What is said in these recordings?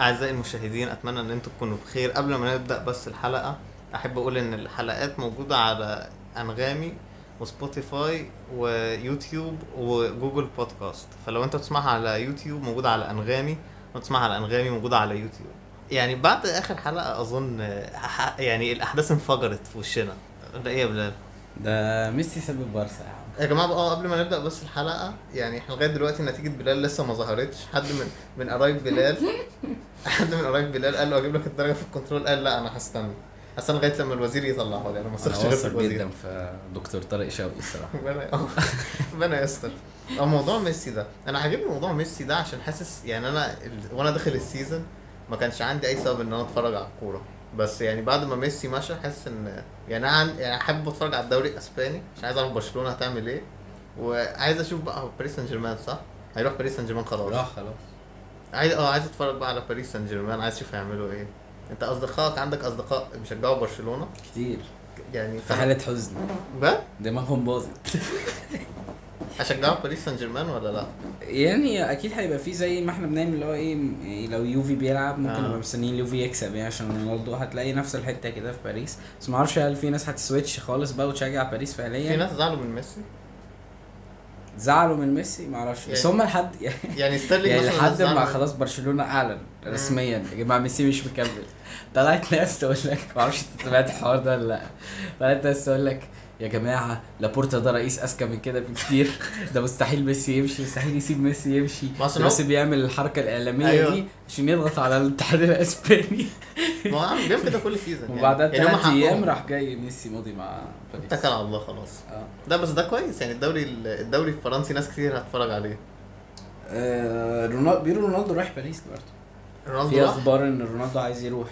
اعزائي المشاهدين اتمنى ان انتم تكونوا بخير قبل ما نبدا بس الحلقه احب اقول ان الحلقات موجوده على انغامي وسبوتيفاي ويوتيوب وجوجل بودكاست فلو انت بتسمعها على يوتيوب موجوده على انغامي وتسمعها على انغامي موجوده على يوتيوب يعني بعد اخر حلقه اظن ح- يعني الاحداث انفجرت في وشنا ده ايه يا بلال ده ميسي سبب بارسا يا عم يا جماعه اه قبل ما نبدا بس الحلقه يعني احنا لغايه دلوقتي نتيجه بلال لسه ما ظهرتش حد من من قرايب بلال حد من قرايب بلال قال له اجيب لك الدرجه في الكنترول قال لا انا هستنى هستنى لغايه لما الوزير يطلعه لي انا ما انا اثقش غير في واثق الوزير جدا في دكتور طارق شوقي الصراحه ربنا آه، ربنا يستر اه موضوع ميسي ده انا عاجبني موضوع ميسي ده عشان حاسس يعني انا ال- وانا داخل السيزون ما كانش عندي اي سبب ان انا اتفرج على الكوره بس يعني بعد ما ميسي مشى حاسس ان يعني انا عن- يعني حابب اتفرج على الدوري الاسباني مش عايز اعرف برشلونه هتعمل ايه وعايز اشوف بقى هو باريس سان جيرمان صح؟ هيروح باريس سان جيرمان خلاص راح خلاص عايز اه عايز اتفرج بقى على باريس سان جيرمان عايز اشوف هيعملوا ايه انت اصدقائك عندك اصدقاء بيشجعوا برشلونه كتير يعني في حاله حزن بقى دماغهم باظت هشجعوا باريس سان جيرمان ولا لا؟ يعني اكيد هيبقى فيه زي ما احنا بنعمل اللي هو ايه م- إيه لو يوفي بيلعب ممكن آه. نبقى مستنيين اليوفي يكسب يعني عشان رونالدو هتلاقي نفس الحته كده في باريس بس ما اعرفش هل في ناس هتسويتش خالص بقى وتشجع باريس في فعليا ناس زعلوا من ميسي زعلوا من ميسي ما اعرفش بس يعني- هم لحد يعني يعني ستيرلينج يعني مثلا لحد زعل ما من- خلاص برشلونه اعلن آه. رسميا يا جماعه ميسي مش مكمل طلعت ناس تقول لك ما اعرفش انت سمعت الحوار ده ولا لا طلعت ناس تقول لك يا جماعه لابورتا ده رئيس اذكى من كده بكتير ده مستحيل ميسي يمشي مستحيل يسيب ميسي يمشي ما أصل ده ميسي بيعمل الحركه الاعلاميه أيوة. دي عشان يضغط على الاتحاد الاسباني ما هو عامل بيعمل كده كل سيزون يعني. وبعدها يعني هم بثلاث حقهم. ايام راح جاي ميسي ماضي مع باريس اتكل على الله خلاص آه. ده بس ده كويس يعني الدوري الدوري الفرنسي ناس كتير هتتفرج عليه آه، رونالدو بيقولوا رونالدو رايح باريس برضه في رونالدو راح؟ اخبار ان رونالدو عايز يروح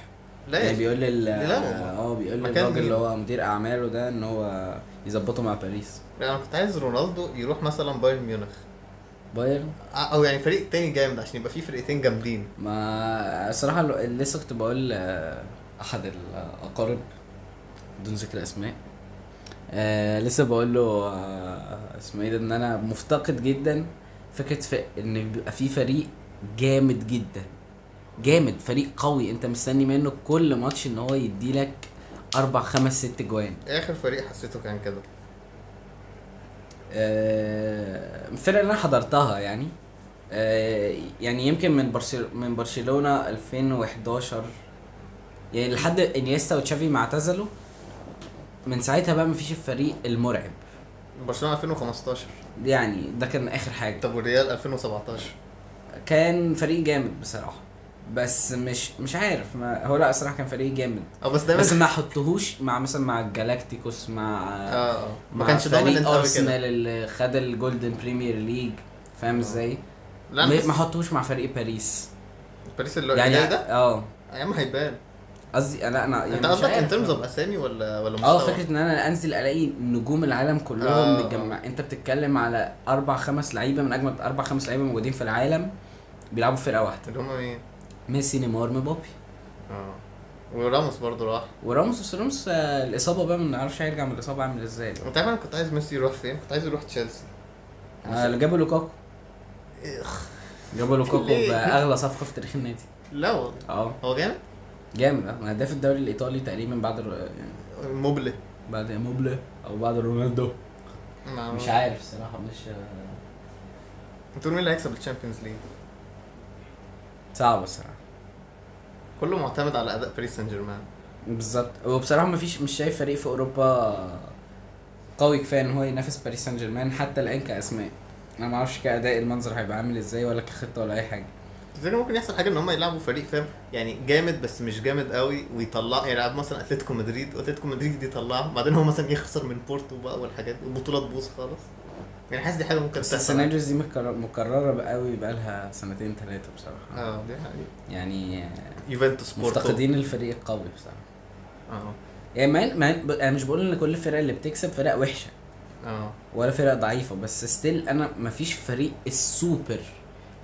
لا يعني يعني بيقول لل لا والله. اه بيقول مكان للراجل مين؟ اللي هو مدير اعماله ده ان هو يظبطه مع باريس انا يعني كنت عايز رونالدو يروح مثلا بايرن ميونخ بايرن او يعني فريق تاني جامد عشان يبقى فيه فرقتين جامدين ما الصراحه ال- لسه كنت بقول ل- احد الاقارب بدون ذكر اسماء آه لسه بقول له آه اسمه ايه ده ان انا مفتقد جدا فكره ف... ان بيبقى في فريق جامد جدا جامد فريق قوي انت مستني منه كل ماتش ان هو يديلك اربع خمس ست جوان اخر فريق حسيته كان كده آه، الفرق اللي انا حضرتها يعني آه، يعني يمكن من برشل... من برشلونه 2011 يعني لحد انيستا وتشافي ما اعتزلوا من ساعتها بقى مفيش الفريق المرعب برشلونه 2015 يعني ده كان اخر حاجه طب والريال 2017 كان فريق جامد بصراحه بس مش مش عارف ما هو لا صراحه كان فريق جامد او بس دايما بس ما احطهوش مع مثلا مع الجالاكتيكوس مع اه اه ما مع كانش فريق دوميننت قوي كده ارسنال اللي خد الجولدن بريمير ليج فاهم ازاي؟ لا ما ما انا حطوش مع فريق باريس باريس اللي يعني يعني ده اه ايام هيبان قصدي لا انا يعني انت مش قصدك ان عارف. ترمز اوف اسامي ولا ولا اه مستوى؟ فكره ان انا انزل الاقي نجوم العالم كلهم آه. متجمع انت بتتكلم على اربع خمس لعيبه من اجمل اربع خمس لعيبه موجودين في العالم بيلعبوا في فرقه واحده اللي هم مين؟ ميسي نيمار مبابي اه وراموس برضه راح وراموس بس راموس آه، الاصابه بقى ما نعرفش هيرجع من الاصابه عامل ازاي انت عارف انا كنت عايز ميسي يروح فين؟ كنت عايز يروح تشيلسي آه، اللي جابوا لوكاكو جابوا لوكاكو ليه؟ باغلى صفقه في تاريخ النادي لا والله اه هو جامد جامد اه هداف الدوري الايطالي تقريبا بعد الر- يعني موبلي بعد موبلا او بعد رونالدو ما- مش عارف الصراحه مش انت تقول مين اللي هيكسب الشامبيونز ليج؟ صعبه الصراحه كله معتمد على اداء باريس سان جيرمان بالظبط وبصراحه ما فيش مش شايف فريق في اوروبا قوي كفايه ان هو ينافس باريس سان جيرمان حتى الان كاسماء انا ما اعرفش كاداء المنظر هيبقى عامل ازاي ولا كخطه ولا اي حاجه تفتكر ممكن يحصل حاجه ان هم يلعبوا فريق فاهم يعني جامد بس مش جامد قوي ويطلع يلعب مثلا اتلتيكو مدريد واتلتيكو مدريد يطلعه بعدين هو مثلا يخسر من بورتو بقى والحاجات دي والبطوله تبوظ خالص يعني حاسس دي حاجه ممكن بس تحصل السيناريوز دي مكرر- مكرره بقى قوي بقى لها سنتين ثلاثه بصراحه اه دي حقيقة يعني يوفنتوس بورتو مفتقدين الفريق القوي بصراحه اه يعني ما ما- ب- انا مش بقول ان كل الفرق اللي بتكسب فرق وحشه اه ولا فرق ضعيفه بس ستيل انا مفيش فريق السوبر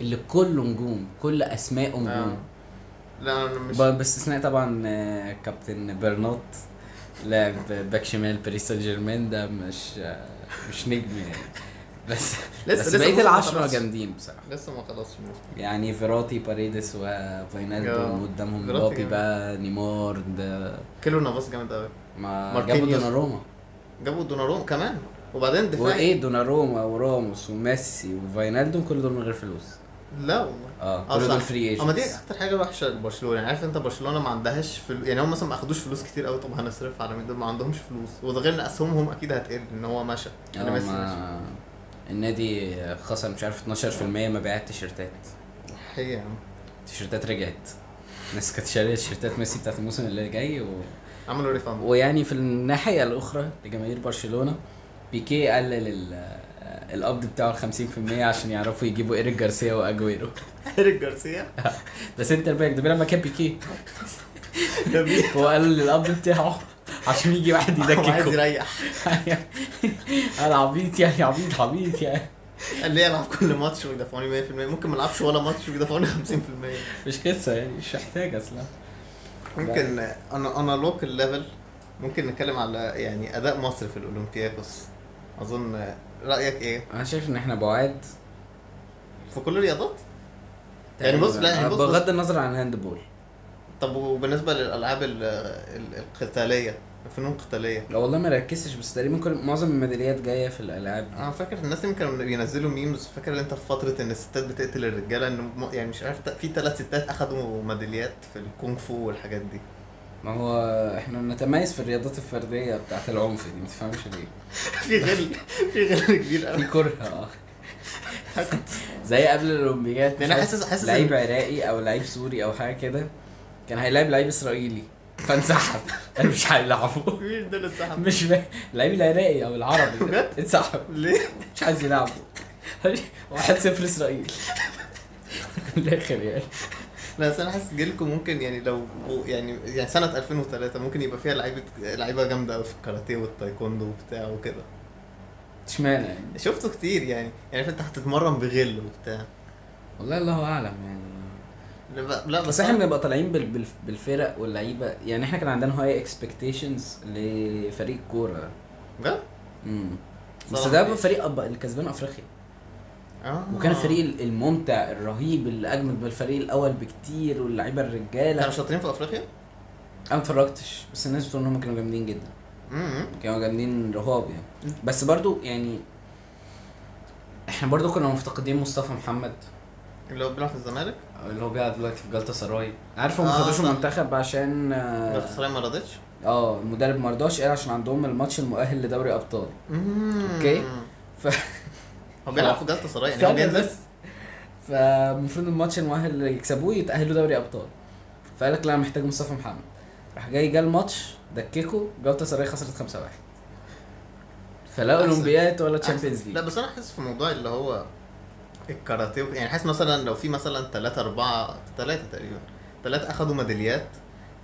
اللي كله نجوم كل اسماء اه نجوم لا انا مش ب- باستثناء طبعا آه، كابتن برنات لاعب باك شمال باريس سان جيرمان ده مش آه، مش نجم يعني بس لسه- بس لسه بقيه الموسم العشره خلاص. جامدين بصراحه لسه ما خلصش الموسم يعني فيراتي باريدس آه. وفاينالدو قدامهم فيراتي مبابي جامد. بقى نيمار ده كيلو نافاس جامد قوي ما جابوا ماركينيوس. دوناروما جابوا دوناروما كمان وبعدين دفاعي وايه دوناروما وراموس وميسي وفاينالدو كل دول من غير فلوس لا والله اه آه، كل صح. دول فري اما دي ايجنتس اكتر حاجه وحشه لبرشلونه يعني عارف انت برشلونه ما عندهاش فلو... يعني هم مثلا ما اخدوش فلوس كتير قوي طب هنصرف على مين دول ما عندهمش فلوس وده غير ان اسهمهم اكيد هتقل ان هو مشى ان ميسي مشى أه، ما النادي خسر مش عارف 12% مبيعات تيشيرتات هي يا عم. التيشيرتات رجعت الناس كانت شاريه تيشيرتات ميسي بتاعت الموسم اللي جاي و... عملوا ريفاند ويعني في الناحيه الاخرى لجماهير برشلونه بيكي قلل ال... القبض بتاعه ال 50% عشان يعرفوا يجيبوا ايريك جارسيا واجويرو ايريك جارسيا ده سنتر باك ده بيلعب مكان بيكي جميل هو قلل القبض بتاعه عشان يجي واحد عايز يدككه يريح انا عبيط يعني عبيط عبيط يعني قال لي العب كل ماتش ويدفعوني 100% ممكن ما العبش ولا ماتش ويدفعوني 50% مش قصه يعني مش محتاج اصلا ممكن انا انا لوكال ليفل ممكن نتكلم على يعني اداء مصر في الاولمبياكوس اظن رايك ايه انا شايف ان احنا بعاد في كل الرياضات يعني بص- لا، يعني بص- بص. بغض النظر عن الهاند بول طب وبالنسبه للالعاب ال- ال- القتاليه الفنون القتاليه لو والله ما ركزتش بس تقريبا كل معظم الميداليات جايه في الالعاب دي انا فاكر الناس اللي كانوا بينزلوا ميمز فاكر انت في فتره ان الستات بتقتل الرجاله ان م- يعني مش عارف في ثلاث ستات اخدوا ميداليات في الكونغ فو والحاجات دي ما هو احنا بنتميز في الرياضات الفرديه بتاعت العنف دي ما تفهمش ليه في غل في غل كبير قوي في كره اه زي قبل الاولمبياد مش لأن عارف حاسس- حاسس إن- لعيب عراقي او لعيب سوري او حاجه كده كان هيلاعب لعيب اسرائيلي فانسحب قال مش هيلعبه مين دول اتسحبوا؟ مش فاهم اللعيب العراقي او العربي ده بجد؟ انسحب ليه؟ مش عايز يلعبه واحد صفر اسرائيل من الاخر يعني لا بس انا حاسس جيلكم ممكن يعني لو يعني يعني سنه 2003 ممكن يبقى فيها لعيبه لعيبه جامده قوي في الكاراتيه والتايكوندو وبتاع وكده اشمعنى يعني شفته كتير يعني يعني انت هتتمرن بغل وبتاع والله الله اعلم يعني لا لا آه. بس احنا بنبقى طالعين بال... بال... بالفرق واللعيبه يعني احنا كان عندنا هاي اكسبكتيشنز لفريق كوره بجد؟ امم بس صراحة ده إيه؟ بقى فريق أب... اللي كسبان افريقيا آه. وكان الفريق ال- الممتع الرهيب اللي اجمد من الفريق الاول بكتير واللعيبه كانوا الرجاله شاطرين في افريقيا؟ انا ما اتفرجتش بس الناس بتقول ان هم كانوا جامدين جدا امم كانوا جامدين رهاب يعني بس برضو يعني احنا برضو كنا مفتقدين مصطفى محمد اللي هو بيلعب في الزمالك اللي هو بيلعب دلوقتي في جلطه سراي عارف هم ما آه، خدوش صح. المنتخب عشان آه، السراي ما رضتش اه المدرب ما رضاش قال عشان عندهم الماتش المؤهل لدوري ابطال مم. أوكي. ف هو بيلعب في جلطة سراي يعني هو ثانية بينزل بس فالمفروض الماتش المؤهل اللي يكسبوه يتاهلوا دوري ابطال فقال لك لا أنا محتاج مصطفى محمد راح جاي جه الماتش دككه جلطه سراي خسرت 5-1 فلا أحسن. اولمبياد ولا أحسن. تشامبيونز لا ليج بس انا حاسس في موضوع اللي هو الكاراتيه وك- يعني حاسس مثلا لو في مثلا ثلاثة أربعة ثلاثة تقريبا ثلاثة أخدوا ميداليات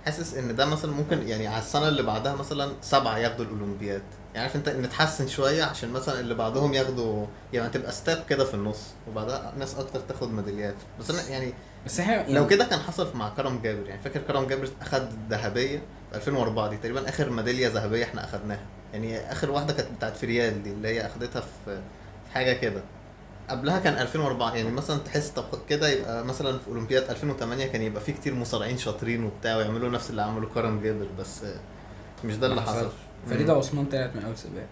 حاسس إن ده مثلا ممكن يعني على السنة اللي بعدها مثلا سبعة ياخدوا الأولمبياد يعني عارف أنت نتحسن شوية عشان مثلا اللي بعدهم ياخدوا يعني تبقى ستاب كده في النص وبعدها ناس أكتر تاخد ميداليات بس أنا يعني بس احنا لو كده كان حصل مع كرم جابر يعني فاكر كرم جابر اخد الذهبيه في 2004 دي تقريبا اخر ميداليه ذهبيه احنا اخدناها يعني اخر واحده كانت بتاعت فريال دي اللي هي اخدتها في في حاجه كده قبلها كان 2004 يعني مثلا تحس طب كده يبقى مثلا في اولمبياد 2008 كان يبقى في كتير مصارعين شاطرين وبتاع ويعملوا نفس اللي عمله كرم جابر بس مش ده اللي ما حصل حصلش. فريده عثمان طلعت من اول سباق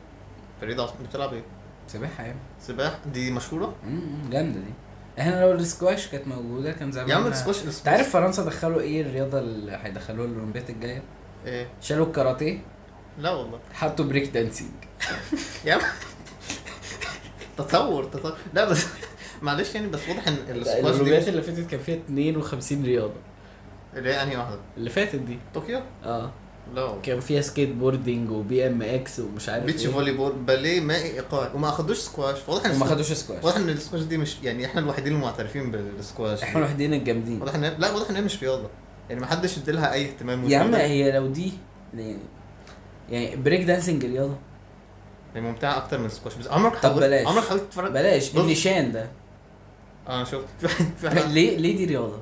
فريده عثمان بتلعب ايه؟ سباحه يعني سباح دي مشهوره؟ أمم، جامده دي احنا لو السكواش كانت موجوده كان زمان يا عم السكواش انت عارف فرنسا دخلوا ايه الرياضه اللي هيدخلوها الاولمبياد الجايه ايه؟ شالوا الكاراتيه لا والله حطوا بريك دانسينج يا عم. تطور تطور لا بس معلش يعني بس واضح ان السكواش دي الاولمبياد مش- اللي فاتت كان فيها 52 رياضه اللي هي انهي واحده؟ اللي فاتت دي طوكيو؟ اه لا والله. كان فيها سكيت بوردنج وبي ام اكس ومش عارف بيتش ايه فولي بول باليه مائي ايقاعي وما اخدوش سكواش فواضح ان وما السكواش- خدوش سكواش واضح ان السكواش دي مش يعني احنا الوحيدين المعترفين بالسكواش احنا الوحيدين الجامدين واضح ان هي- لا واضح ان هي مش رياضه يعني ما حدش اديلها اي اهتمام يا عم وإهتمام. هي لو دي يعني- يعني بريك دانسينج رياضه هي ممتعه اكتر يعني من السكواش بس عمرك طب حاولت- بلاش. عمرك حاولت تتفرج بلاش بص. النيشان ده اه انا شفت في واحد- في واحد- ليه ليه دي رياضه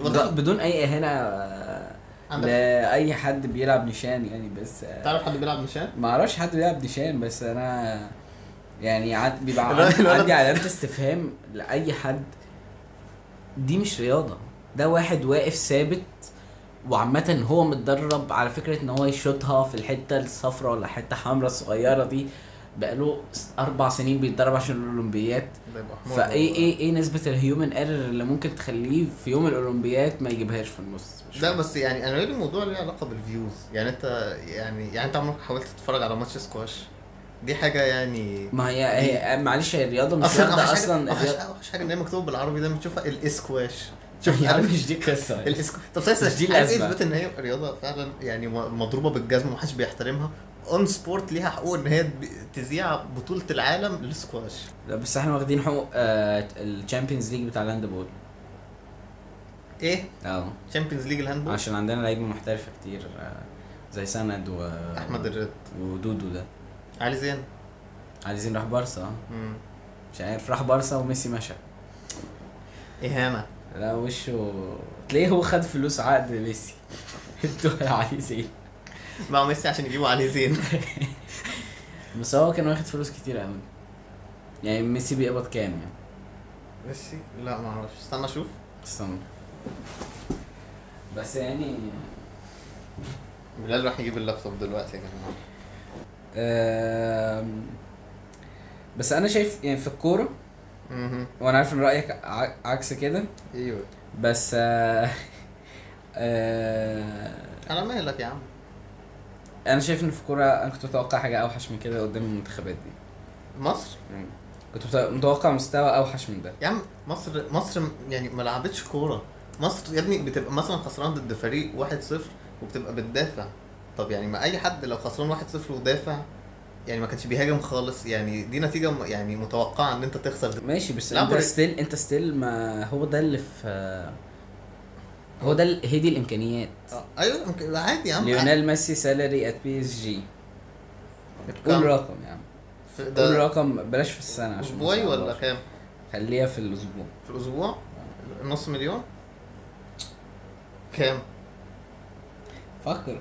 واضح- بدون- بدون اي اهانه آه، عندك لاي حد بيلعب نيشان يعني بس آه، تعرف حد بيلعب نشان؟ ما اعرفش حد بيلعب نيشان بس انا يعني عاد بيبقى الولد- عندي عندي علامه استفهام لاي حد دي مش رياضه ده واحد واقف ثابت وعامة هو متدرب على فكرة ان هو يشوطها في الحتة الصفراء ولا الحتة الحمراء الصغيرة دي بقاله س- اربع سنين بيتدرب عشان الاولمبيات ده يبقى حمار فايه والله. ايه ايه نسبة الهيومن ايرور اللي ممكن تخليه في يوم الاولمبيات ما يجيبهاش في النص مش لا فاهم. بس يعني انا ليه الموضوع ليه علاقه بالفيوز يعني انت يعني يعني انت عمرك حاولت تتفرج على ماتش سكواش دي حاجه يعني ما هي هي معلش هي الرياضة مش اصلا رياضة اوحش حاجه اصلا اوحش, الرياضة- أوحش حاجه ان هي مكتوبه بالعربي ده بتشوفها الاسكواش شوف يعني عارف مش دي القصة يعني. الاسكواش طب سيس مش دي دي عايز إيه الأزمة. يثبت ان هي رياضه فعلا يعني م- مضروبه بالجزمه ومحدش بيحترمها اون سبورت ليها حقوق ان هي ب- تذيع بطوله العالم للسكواش لا بس احنا واخدين حقوق آه، الشامبيونز ليج بتاع الهاند بول ايه اه تشامبيونز ليج الهاندبول عشان عندنا لعيبة محترفة كتير آه، زي سند و احمد الرد ودودو ده علي زين عايزين راح بارسا آه. مم. مش عارف راح بارسا وميسي مشى اهانه لا وشه تلاقيه هو خد فلوس عقد ميسي انتوا عايزين باعوا ميسي عشان يجيبوا علي زين بس هو كان واخد فلوس كتير قوي يعني ميسي بيقبض كام يعني ميسي لا ما اعرفش استنى اشوف استنى بس يعني بلال راح يجيب اللابتوب دلوقتي يا جماعه آم، بس انا شايف يعني في الكوره مهم. وانا عارف ان رايك ع- عكس كده ايوه بس آه، آه، انا مالك يا عم انا شايف ان في الكوره انا كنت متوقع حاجه اوحش من كده قدام المنتخبات دي مصر يعني كنت مت- متوقع مستوى اوحش من ده يا عم مصر مصر يعني ما لعبتش كوره مصر يا ابني بتبقى مثلا خسران ضد فريق 1-0 وبتبقى بتدافع طب يعني ما اي حد لو خسران 1-0 ودافع يعني ما كانش بيهاجم خالص يعني دي نتيجه م- يعني متوقعه ان انت تخسر ضد- ماشي بس لا، انت بري- ستيل انت ستيل ما هو ده اللي في هو ده ال- هي دي الامكانيات آه، ايوه ممكن- عادي يا عم ليونيل ميسي سالري ات بي اس جي قول رقم يا عم في- قول ده رقم بلاش في السنه عشان ما اسبوعي ولا نصعبهاش. كام؟ خليها في الاسبوع في الاسبوع نص مليون كام؟ فكر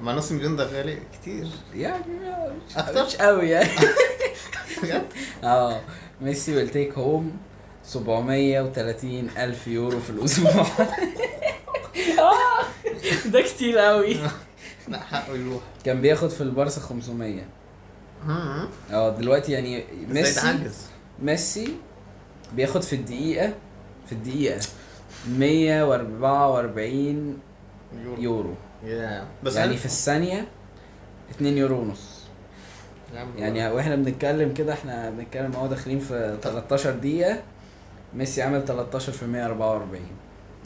ما نص مليون ده غالي كتير يعني مش- أكتر؟ مش قوي يعني بجد اه ميسي ويل تيك هوم 730 الف يورو في الاسبوع آه. ده كتير قوي لا حقه يروح كان بياخد في البارسا 500 مم. اه دلوقتي يعني ازاي ميسي تعجز ميسي بياخد في الدقيقه في الدقيقه 144 يورو يورو يا بس بس يعني عارف- في الثانيه 2 يورو ونص يا عم يعني واحنا بنتكلم كده احنا بنتكلم اهو داخلين في 13 دقيقة ميسي عمل 13 في 144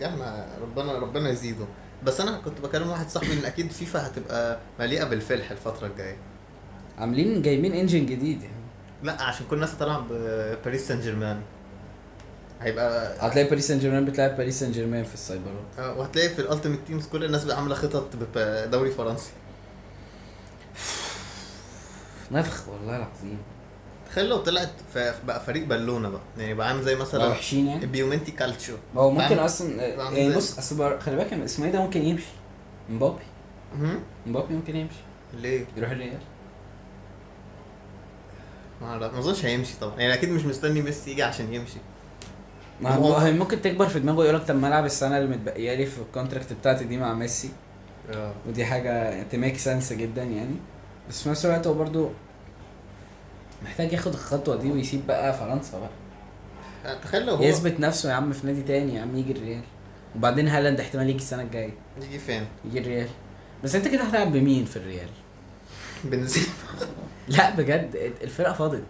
يا عم ربنا ربنا يزيده بس انا كنت بكلم واحد صاحبي ان اكيد فيفا هتبقى مليئه بالفلح الفتره الجايه عاملين جايبين انجن جديد يعني لا عشان كل الناس هتلعب باريس سان جيرمان هيبقى هتلاقي باريس سان جيرمان بتلعب باريس سان جيرمان في السايبرات آه، وهتلاقي في الالتيميت تيمز كل الناس بقى عامله خطط بدوري فرنسي نفخ والله العظيم تخيل لو طلعت ف- بقى فريق بالونه بقى يعني بقى عامل زي بقى مثلا وحشين يعني بيومنتي كالتشو ما هو ممكن فاهم؟ اصلا بعمل يعني زي- بص اصل بر- خلي بالك إن اسمه ايه ده ممكن يمشي مبابي مم. مبابي ممكن يمشي ليه؟ يروح الريال ما أعرف- ما اظنش هيمشي طبعا يعني اكيد مش مستني ميسي يجي عشان يمشي ما هو هي ممكن تكبر في دماغه يقول لك طب ما العب السنه اللي متبقيه لي في الكونتراكت بتاعتي دي مع ميسي ودي حاجه تميك سنس جدا يعني بس في نفس الوقت هو برضه محتاج ياخد الخطوه دي ويسيب بقى فرنسا بقى آه، تخيل لو هو يثبت نفسه يا عم في نادي تاني يا عم يجي الريال وبعدين هالاند احتمال يجي السنه الجايه يجي فين؟ يجي الريال بس انت كده هتلعب بمين في الريال؟ بنزيما لا بجد الفرقه فاضت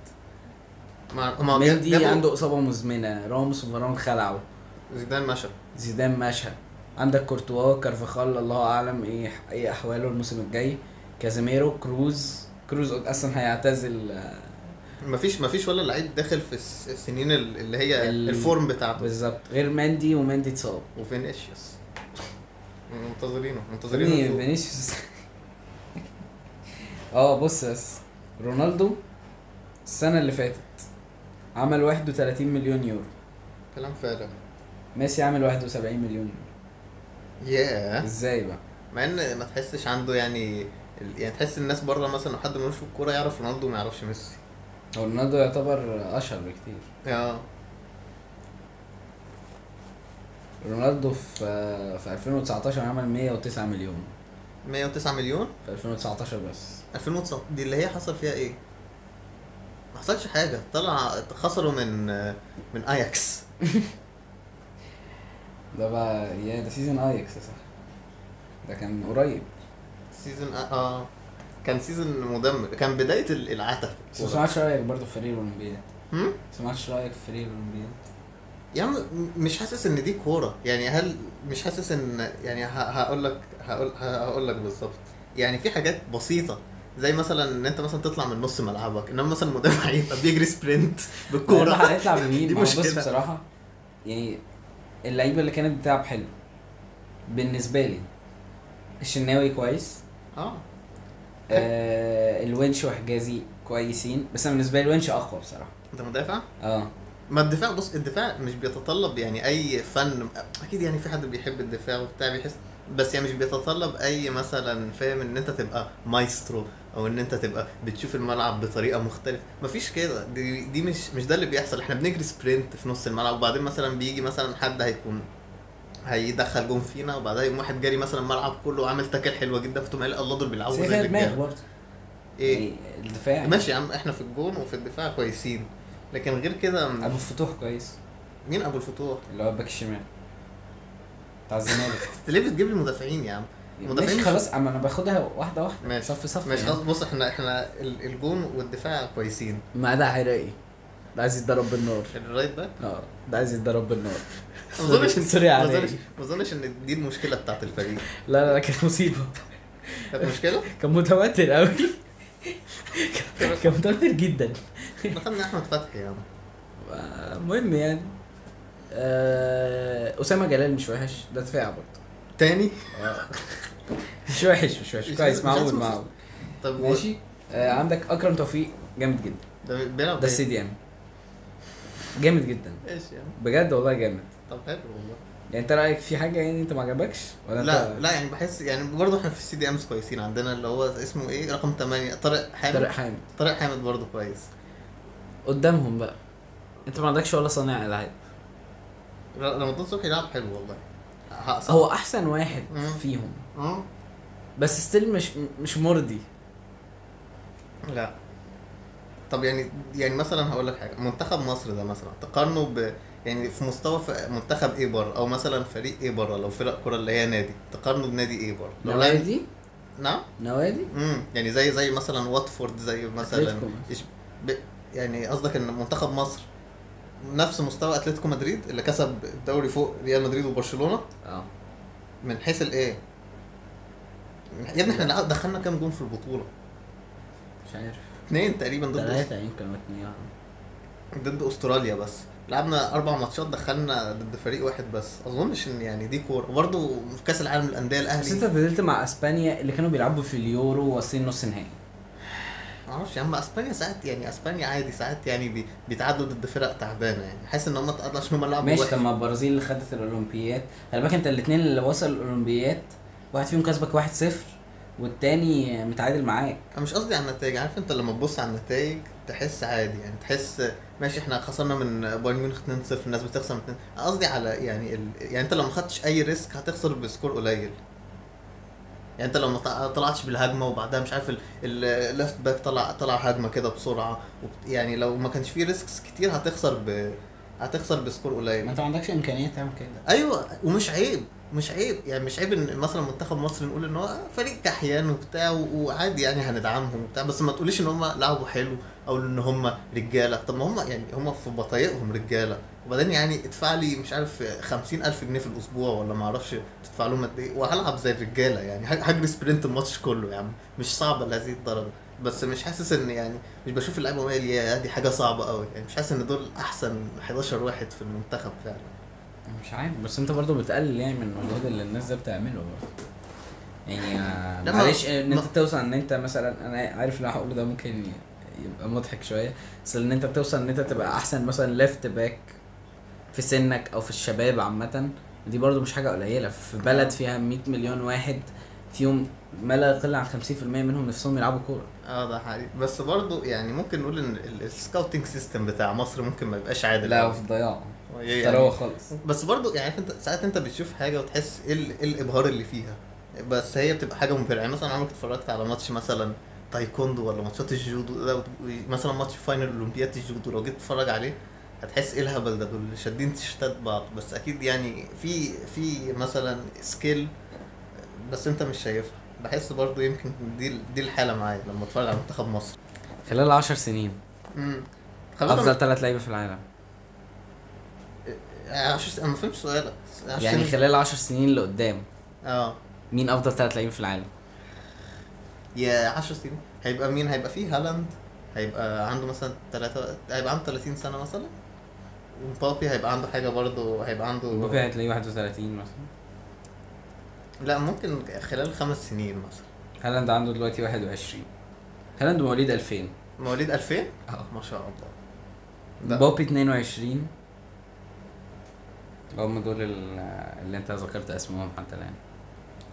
ما ما مندي جابوا- عنده اصابه مزمنه راموس وفاران خلعوا زيدان مشى زيدان مشى عندك كورتوا كارفخال الله اعلم ايه ايه احواله الموسم الجاي كازيميرو كروز كروز اصلا هيعتزل آه، مفيش مفيش ولا لعيب داخل في الس- السنين ال- اللي هي ال- الفورم بتاعته بالظبط غير ماندي وماندي اتصاب وفينيسيوس منتظرينه منتظرينه مين؟ نزول. يعني فينيسيوس اه بص بس رونالدو السنة اللي فاتت عمل 31 مليون يورو كلام فارغ ميسي عمل 71 مليون يورو ياه ازاي بقى؟ مع ان ما تحسش عنده يعني ال- يعني تحس الناس بره مثلا لو حد ملوش في الكوره يعرف رونالدو ما يعرفش ميسي هو رونالدو يعتبر اشهر بكتير اه رونالدو في في 2019 عمل 109 مليون 109 مليون في 2019 بس 2019 دي اللي هي حصل فيها ايه؟ ما حصلش حاجة طلع خسروا من من اياكس ده بقى يا ده سيزون ايكس صح ده كان قريب سيزون اه كان سيزون مدمر كان بداية ال- العتب بس ما سمعتش رايك برضه في فريق الاولمبي ده هم؟ ما سمعتش رايك في فريق الاولمبي ده يا عم م- مش حاسس ان دي كوره يعني هل مش حاسس ان يعني هقول لك هقول هقول لك بالظبط يعني في حاجات بسيطه زي مثلا ان انت مثلا تطلع من نص ملعبك انما مثلا مدافع يبقى بيجري سبرنت بالكوره الواحد هيطلع بمين دي ما هو بص مشكلة. بصراحه يعني اللعيبه اللي كانت بتلعب حلو بالنسبه لي الشناوي كويس اه آه الونش وحجازي كويسين بس انا بالنسبه لي الونش اقوى بصراحه انت مدافع اه ما الدفاع بص الدفاع مش بيتطلب يعني اي فن اكيد يعني في حد بيحب الدفاع وبتاع بيحس بس يعني مش بيتطلب اي مثلا فاهم ان انت تبقى مايسترو او ان انت تبقى بتشوف الملعب بطريقه مختلفه مفيش كده دي, دي مش مش ده اللي بيحصل احنا بنجري سبرنت في نص الملعب وبعدين مثلا بيجي مثلا حد هيكون هيدخل جون فينا وبعدها يقوم واحد جاري مثلا الملعب كله وعامل تاكل حلوه جدا فتقوم قايل الله دول بيلعبوا بس زي هي فيها دماغ الرجاله برضه ايه يعني الدفاع ماشي يا عم احنا في الجون وفي الدفاع كويسين لكن غير كده ابو الفتوح كويس مين ابو الفتوح اللي هو الباك الشمال بتاع الزمالك انت ليه بتجيب لي مدافعين يا عم؟ مدافعين ماشي خلاص اما انا باخدها واحده واحده ماشي. صف صف مش يعني. خلاص بص احنا احنا ال- الجون والدفاع كويسين ما ده عراقي ده عايز يتضرب بالنار الرايت باك اه ده عايز يتضرب بالنار ما اظنش إن- سوري يعني. ما عليك. اظنش ما اظنش ان دي المشكله بتاعت الفريق لا لا لا كانت مصيبه كانت مشكله كان متوتر قوي كان متوتر جدا دخلنا احمد فتحي يا عم المهم يعني آه، اسامه جلال مش وحش ده دفاع برضه تاني اه. مش وحش مش وحش مش كويس عايز- مش معقول عايز مصيبة. معقول طب و- ماشي آه، عندك اكرم توفيق جامد جدا ده بيلعب ده إيه؟ السي دي ام جامد جدا ايش يا عم بجد والله جامد طب حلو والله يعني انت رايك في حاجه يعني انت ما عجبكش ولا لا انت لا يعني بحس يعني برضه احنا في السي دي امز كويسين عندنا اللي هو اسمه ايه رقم 8 طارق طارق حامد حامد طارق حامد برضه كويس قدامهم بقى انت ما عندكش ولا صانع العاب ر- رمضان صبحي لعب حلو والله هقصد. هو احسن واحد مم. فيهم أه؟ بس ستيل مش مش مرضي لا طب يعني يعني مثلا هقول لك حاجه منتخب مصر ده مثلا تقارنه ب يعني في مستوى ف- منتخب ايه بره او مثلا فريق ايه بره لو فرق كره اللي هي نادي تقارنه بنادي ايه بره لو لعب- نوادي نعم نوادي امم يعني زي زي مثلا واتفورد زي مثلا أتلتيكو. إش- ب... يعني قصدك ان منتخب مصر نفس مستوى اتلتيكو مدريد اللي كسب الدوري فوق ريال مدريد وبرشلونه اه من حيث الايه يا ابني احنا دخلنا كام جون في البطوله مش عارف اثنين تقريبا ضد ثلاثة يمكن او اتنين ضد استراليا بس لعبنا اربع ماتشات دخلنا ضد فريق واحد بس اظنش ان يعني دي كوره برضه في كاس العالم للانديه بس انت الاهلي اتبدلت مع اسبانيا اللي كانوا بيلعبوا في اليورو واصلين نص نهائي ما اعرفش يا عم اسبانيا ساعات يعني اسبانيا عادي ساعات يعني بي- بيتعادلوا ضد فرق تعبانه يعني حاسس ان هم اتقطعوا عشان هم لعبوا ماشي وحش. طب ما البرازيل اللي خدت الاولمبيات خلي بالك انت الاثنين اللي وصل الاولمبيات واحد فيهم كسبك 1-0 والتاني متعادل معاك انا مش قصدي على النتائج عارف انت لما تبص على النتائج تحس عادي يعني تحس ماشي احنا خسرنا من بايرن ميونخ 2-0 الناس بتخسر من 2 أنا قصدي على يعني ال... يعني انت لو ما خدتش اي ريسك هتخسر بسكور قليل يعني انت لو ما ط- طلعتش بالهجمه وبعدها مش عارف ال- ال- الليفت باك طلع طلع هجمه كده بسرعه وبت... يعني لو ما كانش فيه ريسكس كتير هتخسر ب... هتخسر بسكور ما قليل انت ما عندكش امكانيه تعمل كده ايوه ومش عيب مش عيب يعني مش عيب ان مثلا منتخب مصر نقول ان هو فريق كحيان وبتاع و- وعادي يعني هندعمهم وبتاع بس ما تقوليش ان هم لعبوا حلو او ان هم رجاله طب ما هم يعني هم في بطايقهم رجاله وبعدين يعني ادفع لي مش عارف خمسين ألف جنيه في الأسبوع ولا ما أعرفش تدفع لهم قد إيه وهلعب زي الرجالة يعني ه- هجري سبرنت الماتش كله يا عم مش صعبة لهذه الدرجة بس مش حاسس إن يعني مش بشوف اللعيبة وقايل يا دي حاجة صعبة قوي يعني مش حاسس إن دول أحسن 11 واحد في المنتخب فعلا مش عارف بس انت برضه بتقلل يعني من المجهود اللي الناس ده بتعمله برضه يعني آه، لا، ما- معلش ان ما- انت توصل ان انت مثلا انا عارف اللي هقوله ده ممكن يبقى مضحك شويه بس ان انت توصل ان انت تبقى احسن مثلا ليفت باك في آه. سنك او في الشباب عامه دي برضه مش حاجه قليله في بلد فيها 100 مليون واحد فيهم ما لا يقل عن 50% منهم نفسهم يلعبوا كوره اه ده حقيقي بس برضه يعني ممكن نقول ان السكاوتنج سيستم بتاع مصر ممكن ما يبقاش عادل لا أوي. في الضياع إيه يعني- تروى خالص بس برضه يعني عارف انت ساعات انت بتشوف حاجه وتحس ايه ال- إيه الابهار اللي فيها بس هي بتبقى حاجه مبهره يعني مثلا عمرك اتفرجت على ماتش مثلا تايكوندو ولا ماتشات الجودو ده وت- مثلا ماتش فاينل اولمبياد الجودو لو جيت تتفرج عليه هتحس ايه الهبل ده دول شادين تشتات بعض بس اكيد يعني في في مثلا سكيل بس انت مش شايفها بحس برضه يمكن دي دي الحاله معايا لما اتفرج على منتخب مصر خلال 10 سنين امم افضل ثلاث لعيبه في العالم عشر- انا ما فهمتش سؤالك عشر يعني سنين. خلال 10 سنين لقدام اه مين افضل ثلاث لاعبين في العالم يا 10 سنين هيبقى مين هيبقى فيه هالاند هيبقى عنده مثلا 3 هيبقى عنده 30 سنه مثلا ومبابي هيبقى عنده حاجه برضه هيبقى عنده مبابي هتلاقيه 31 مثلا لا ممكن خلال خمس سنين مثلا هالاند عنده دلوقتي 21 هالاند مواليد 2000 مواليد 2000 اه ما شاء الله ده. مبابي 22 هم دول ال- اللي انت ذكرت اسمهم حتى الان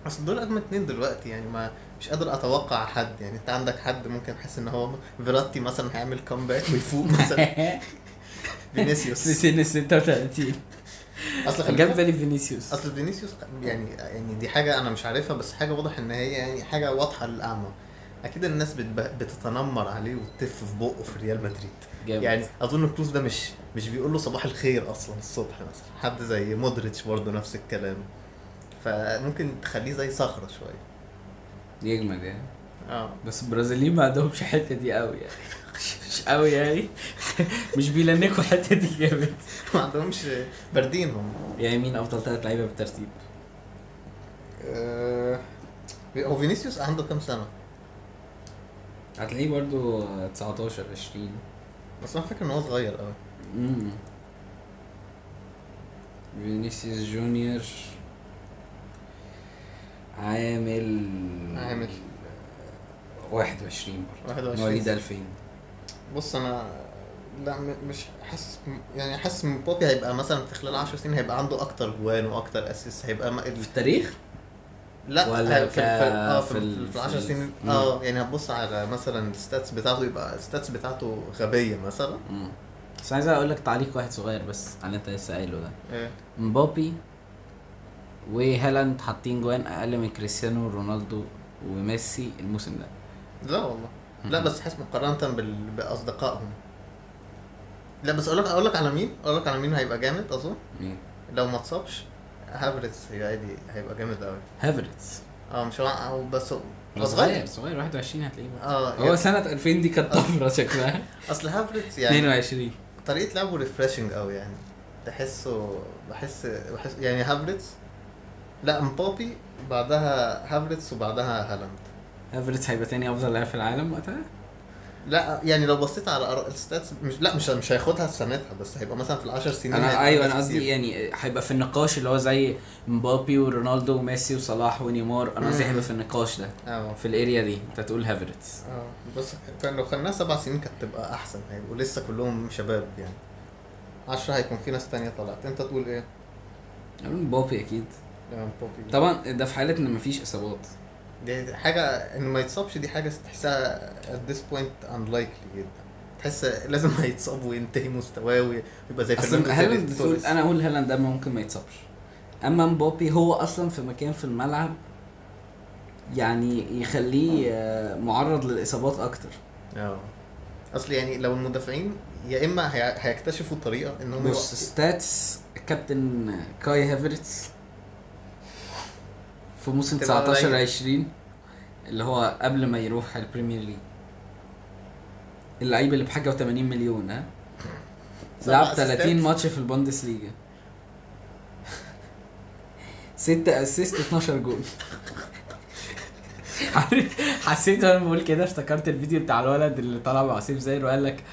اصل دول اجمل اتنين دلوقتي يعني ما مش قادر اتوقع حد يعني انت عندك حد ممكن احس ان هو فيراتي مثلا هيعمل كومباك ويفوق مثلا فينيسيوس سن 36 اصل خلي جاب بالك- بالي فينيسيوس اصل فينيسيوس يعني يعني دي حاجه انا مش عارفها بس حاجه واضح ان هي يعني حاجه واضحه للاعمى اكيد الناس بتب... بتتنمر عليه وتف في بقه في ريال مدريد جامد يعني اظن كروز ده مش مش بيقول له صباح الخير اصلا الصبح مثلا حد زي مودريتش برضه نفس الكلام فممكن تخليه زي صخره شويه يجمد يعني اه بس البرازيليين ما عندهمش الحته دي قوي يعني مش قوي يعني مش بيلنكوا الحته دي جامد ما عندهمش باردين هم يعني مين افضل ثلاث لعيبه بالترتيب؟ آه، هو فينيسيوس عنده كام سنه؟ هتلاقيه برضو 19 20 بس انا فاكر ان هو صغير قوي امم فينيسيوس جونيور عامل عامل. 21 برضه 21 مواليد 2000 بص انا لا م- مش حاسس يعني حاسس ان بوبي هيبقى مثلا في خلال 10 سنين هيبقى عنده اكتر جوان واكتر اسيست هيبقى ما... ال- في التاريخ لا ولا في في ك- اه في, في ال- ال- في 10 في ال- سنين مم. اه يعني هتبص على مثلا الستاتس بتاعته يبقى الستاتس بتاعته غبيه مثلا امم بس عايز اقول لك تعليق واحد صغير بس على اللي انت لسه قايله ده إيه. مبابي وهالاند حاطين جوان اقل من كريستيانو رونالدو وميسي الموسم ده لا والله لا بس حاسس مقارنه بال... باصدقائهم لا بس اقول لك اقول لك على مين اقول لك على مين هيبقى جامد اظن مين؟ لو ما اتصابش هافرتس هيبقى عادي هيبقى جامد قوي هافرتس اه مش هو هو بس هو هو صغير آه، صغير صغير 21 هتلاقيه بقى. اه هو سنة 2000 دي كانت طفرة شكلها اصل هافرتس يعني 22 طريقه لعبه ريفريشنج قوي يعني تحسه بحس بحس يعني هافرتس لا مبابي بعدها هافرتس وبعدها هالاند هافرتس هيبقى تاني افضل لاعب في العالم وقتها لا يعني لو بصيت على أر- الستاتس مش لا مش مش هياخدها في سنتها بس هيبقى مثلا في العشر سنين انا هيبقى ايوه ناس انا قصدي كتير. يعني هيبقى في النقاش اللي هو زي مبابي ورونالدو وميسي وصلاح ونيمار انا قصدي مم. هيبقى في النقاش ده اه في الاريا دي انت تقول هافرتس اه بس كان لو خلناها سبع سنين كانت تبقى احسن هيبقوا لسه كلهم شباب يعني عشرة هيكون في ناس تانية طلعت انت تقول ايه؟ أقول مبابي اكيد يا مبابي طبعا ده في حاله ان مفيش اصابات دي حاجة ان ما يتصابش دي حاجة تحسها at this point unlikely جدا تحس لازم هيتصاب وينتهي مستواه ويبقى زي اصلا هالاند توريس. تقول انا اقول هالاند ده ممكن ما يتصابش اما مبابي هو اصلا في مكان في الملعب يعني يخليه آه، معرض للاصابات اكتر اه اصل يعني لو المدافعين يا اما هي- هيكتشفوا طريقة ان هم بص ستاتس كابتن كاي هافرتس في موسم تبقى 19 قليل. 20 اللي هو قبل ما يروح البريمير ليج اللعيب اللي بحاجه و80 مليون ها سبع لعب أسيستات. 30 ماتش في البوندس ليجا 6 اسيست 12 جول عارف حسيت وانا بقول كده افتكرت الفيديو بتاع الولد اللي طلع مع سيف زاير وقال لك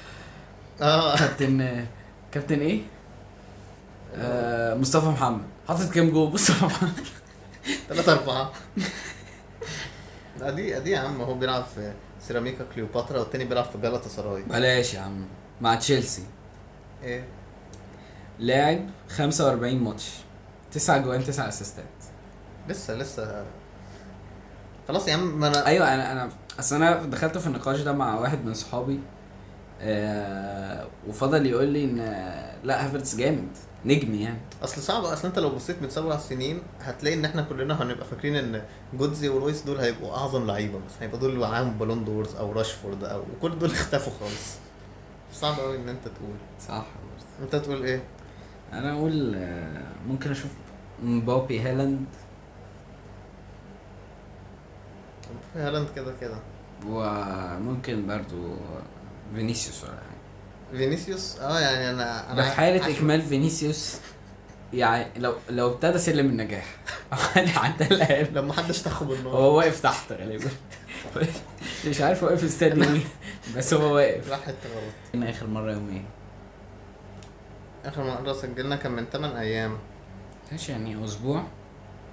اه كابتن كابتن ايه؟ آه مصطفى محمد حاطط كام جول مصطفى محمد ثلاثة أربعة لا، دي دي يا عم هو بيلعب في سيراميكا كليوباترا والتاني بيلعب في جالاتا سراي بلاش يا عم مع تشيلسي ايه لاعب 45 ماتش 9 جوان 9 اسيستات لسه لسه خلاص يا عم ما انا ايوه انا انا اصل انا دخلت في النقاش ده مع واحد من صحابي آه وفضل يقول لي ان آه، لا هافرتس جامد نجم يعني اصل صعب اصل انت لو بصيت من سبع سنين هتلاقي ان احنا كلنا هنبقى فاكرين ان جودزي ورويس دول هيبقوا اعظم لعيبه مثلا هيبقى دول اللي معاهم بالون دورز او راشفورد او كل دول اختفوا خالص صعب قوي ان انت تقول صح انت تقول ايه انا اقول آه، ممكن اشوف مبابي هالاند هالاند كده كده وممكن برضو فينيسيوس ولا حاجه فينيسيوس اه يعني انا انا ده في حالة عشرة. إكمال فينيسيوس يعني لو لو ابتدى سلم النجاح يعني عدى الآن لما حدش تاخد بالنار هو واقف تحت غالبا مش عارف واقف السد مين بس هو واقف راح حته غلط كان آخر مرة يوم ايه؟ اخر مره سجلنا كان من 8 ايام ماشي يعني أسبوع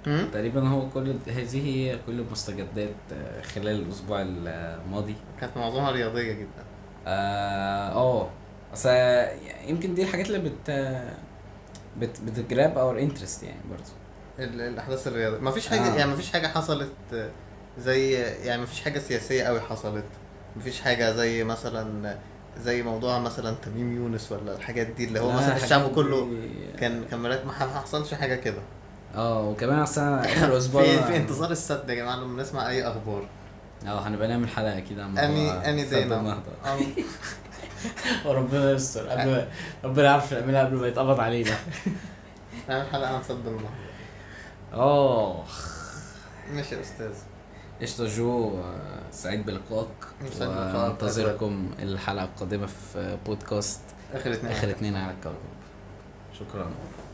هم؟ تقريبا هو كل هذه هي كل المستجدات آه، خلال الأسبوع الماضي كانت معظمها رياضيه جدا اه آه. اصل يمكن دي الحاجات اللي بت آه، بت بتجراب اور انترست يعني برضه ال- الاحداث الرياضيه ما فيش حاجه آه. يعني ما فيش حاجه حصلت زي يعني ما فيش حاجه سياسيه قوي حصلت ما فيش حاجه زي مثلا زي موضوع مثلا تميم يونس ولا الحاجات دي اللي هو لا، مثلا الحاجات الشعب كله دي- كان كان مرات ما حصلش حاجه كده اه وكمان اصل انا اخر اسبوع في في انتظار السد يا جماعه لما نسمع اي اخبار اه هنبقى نعمل حلقه كده عن موضوع اني اني سد دايما النهضه آه. وربنا يستر قبل ما- ربنا يعرف نعملها قبل ما يتقبض علينا نعمل حلقه عن سد النهضه اه ماشي يا استاذ قشطة جو آه، سعيد بلقائك سعيد بلقائك. وانتظركم الحلقة القادمة في بودكاست اخر اتنين آخر اتنين على الكوكب شكرا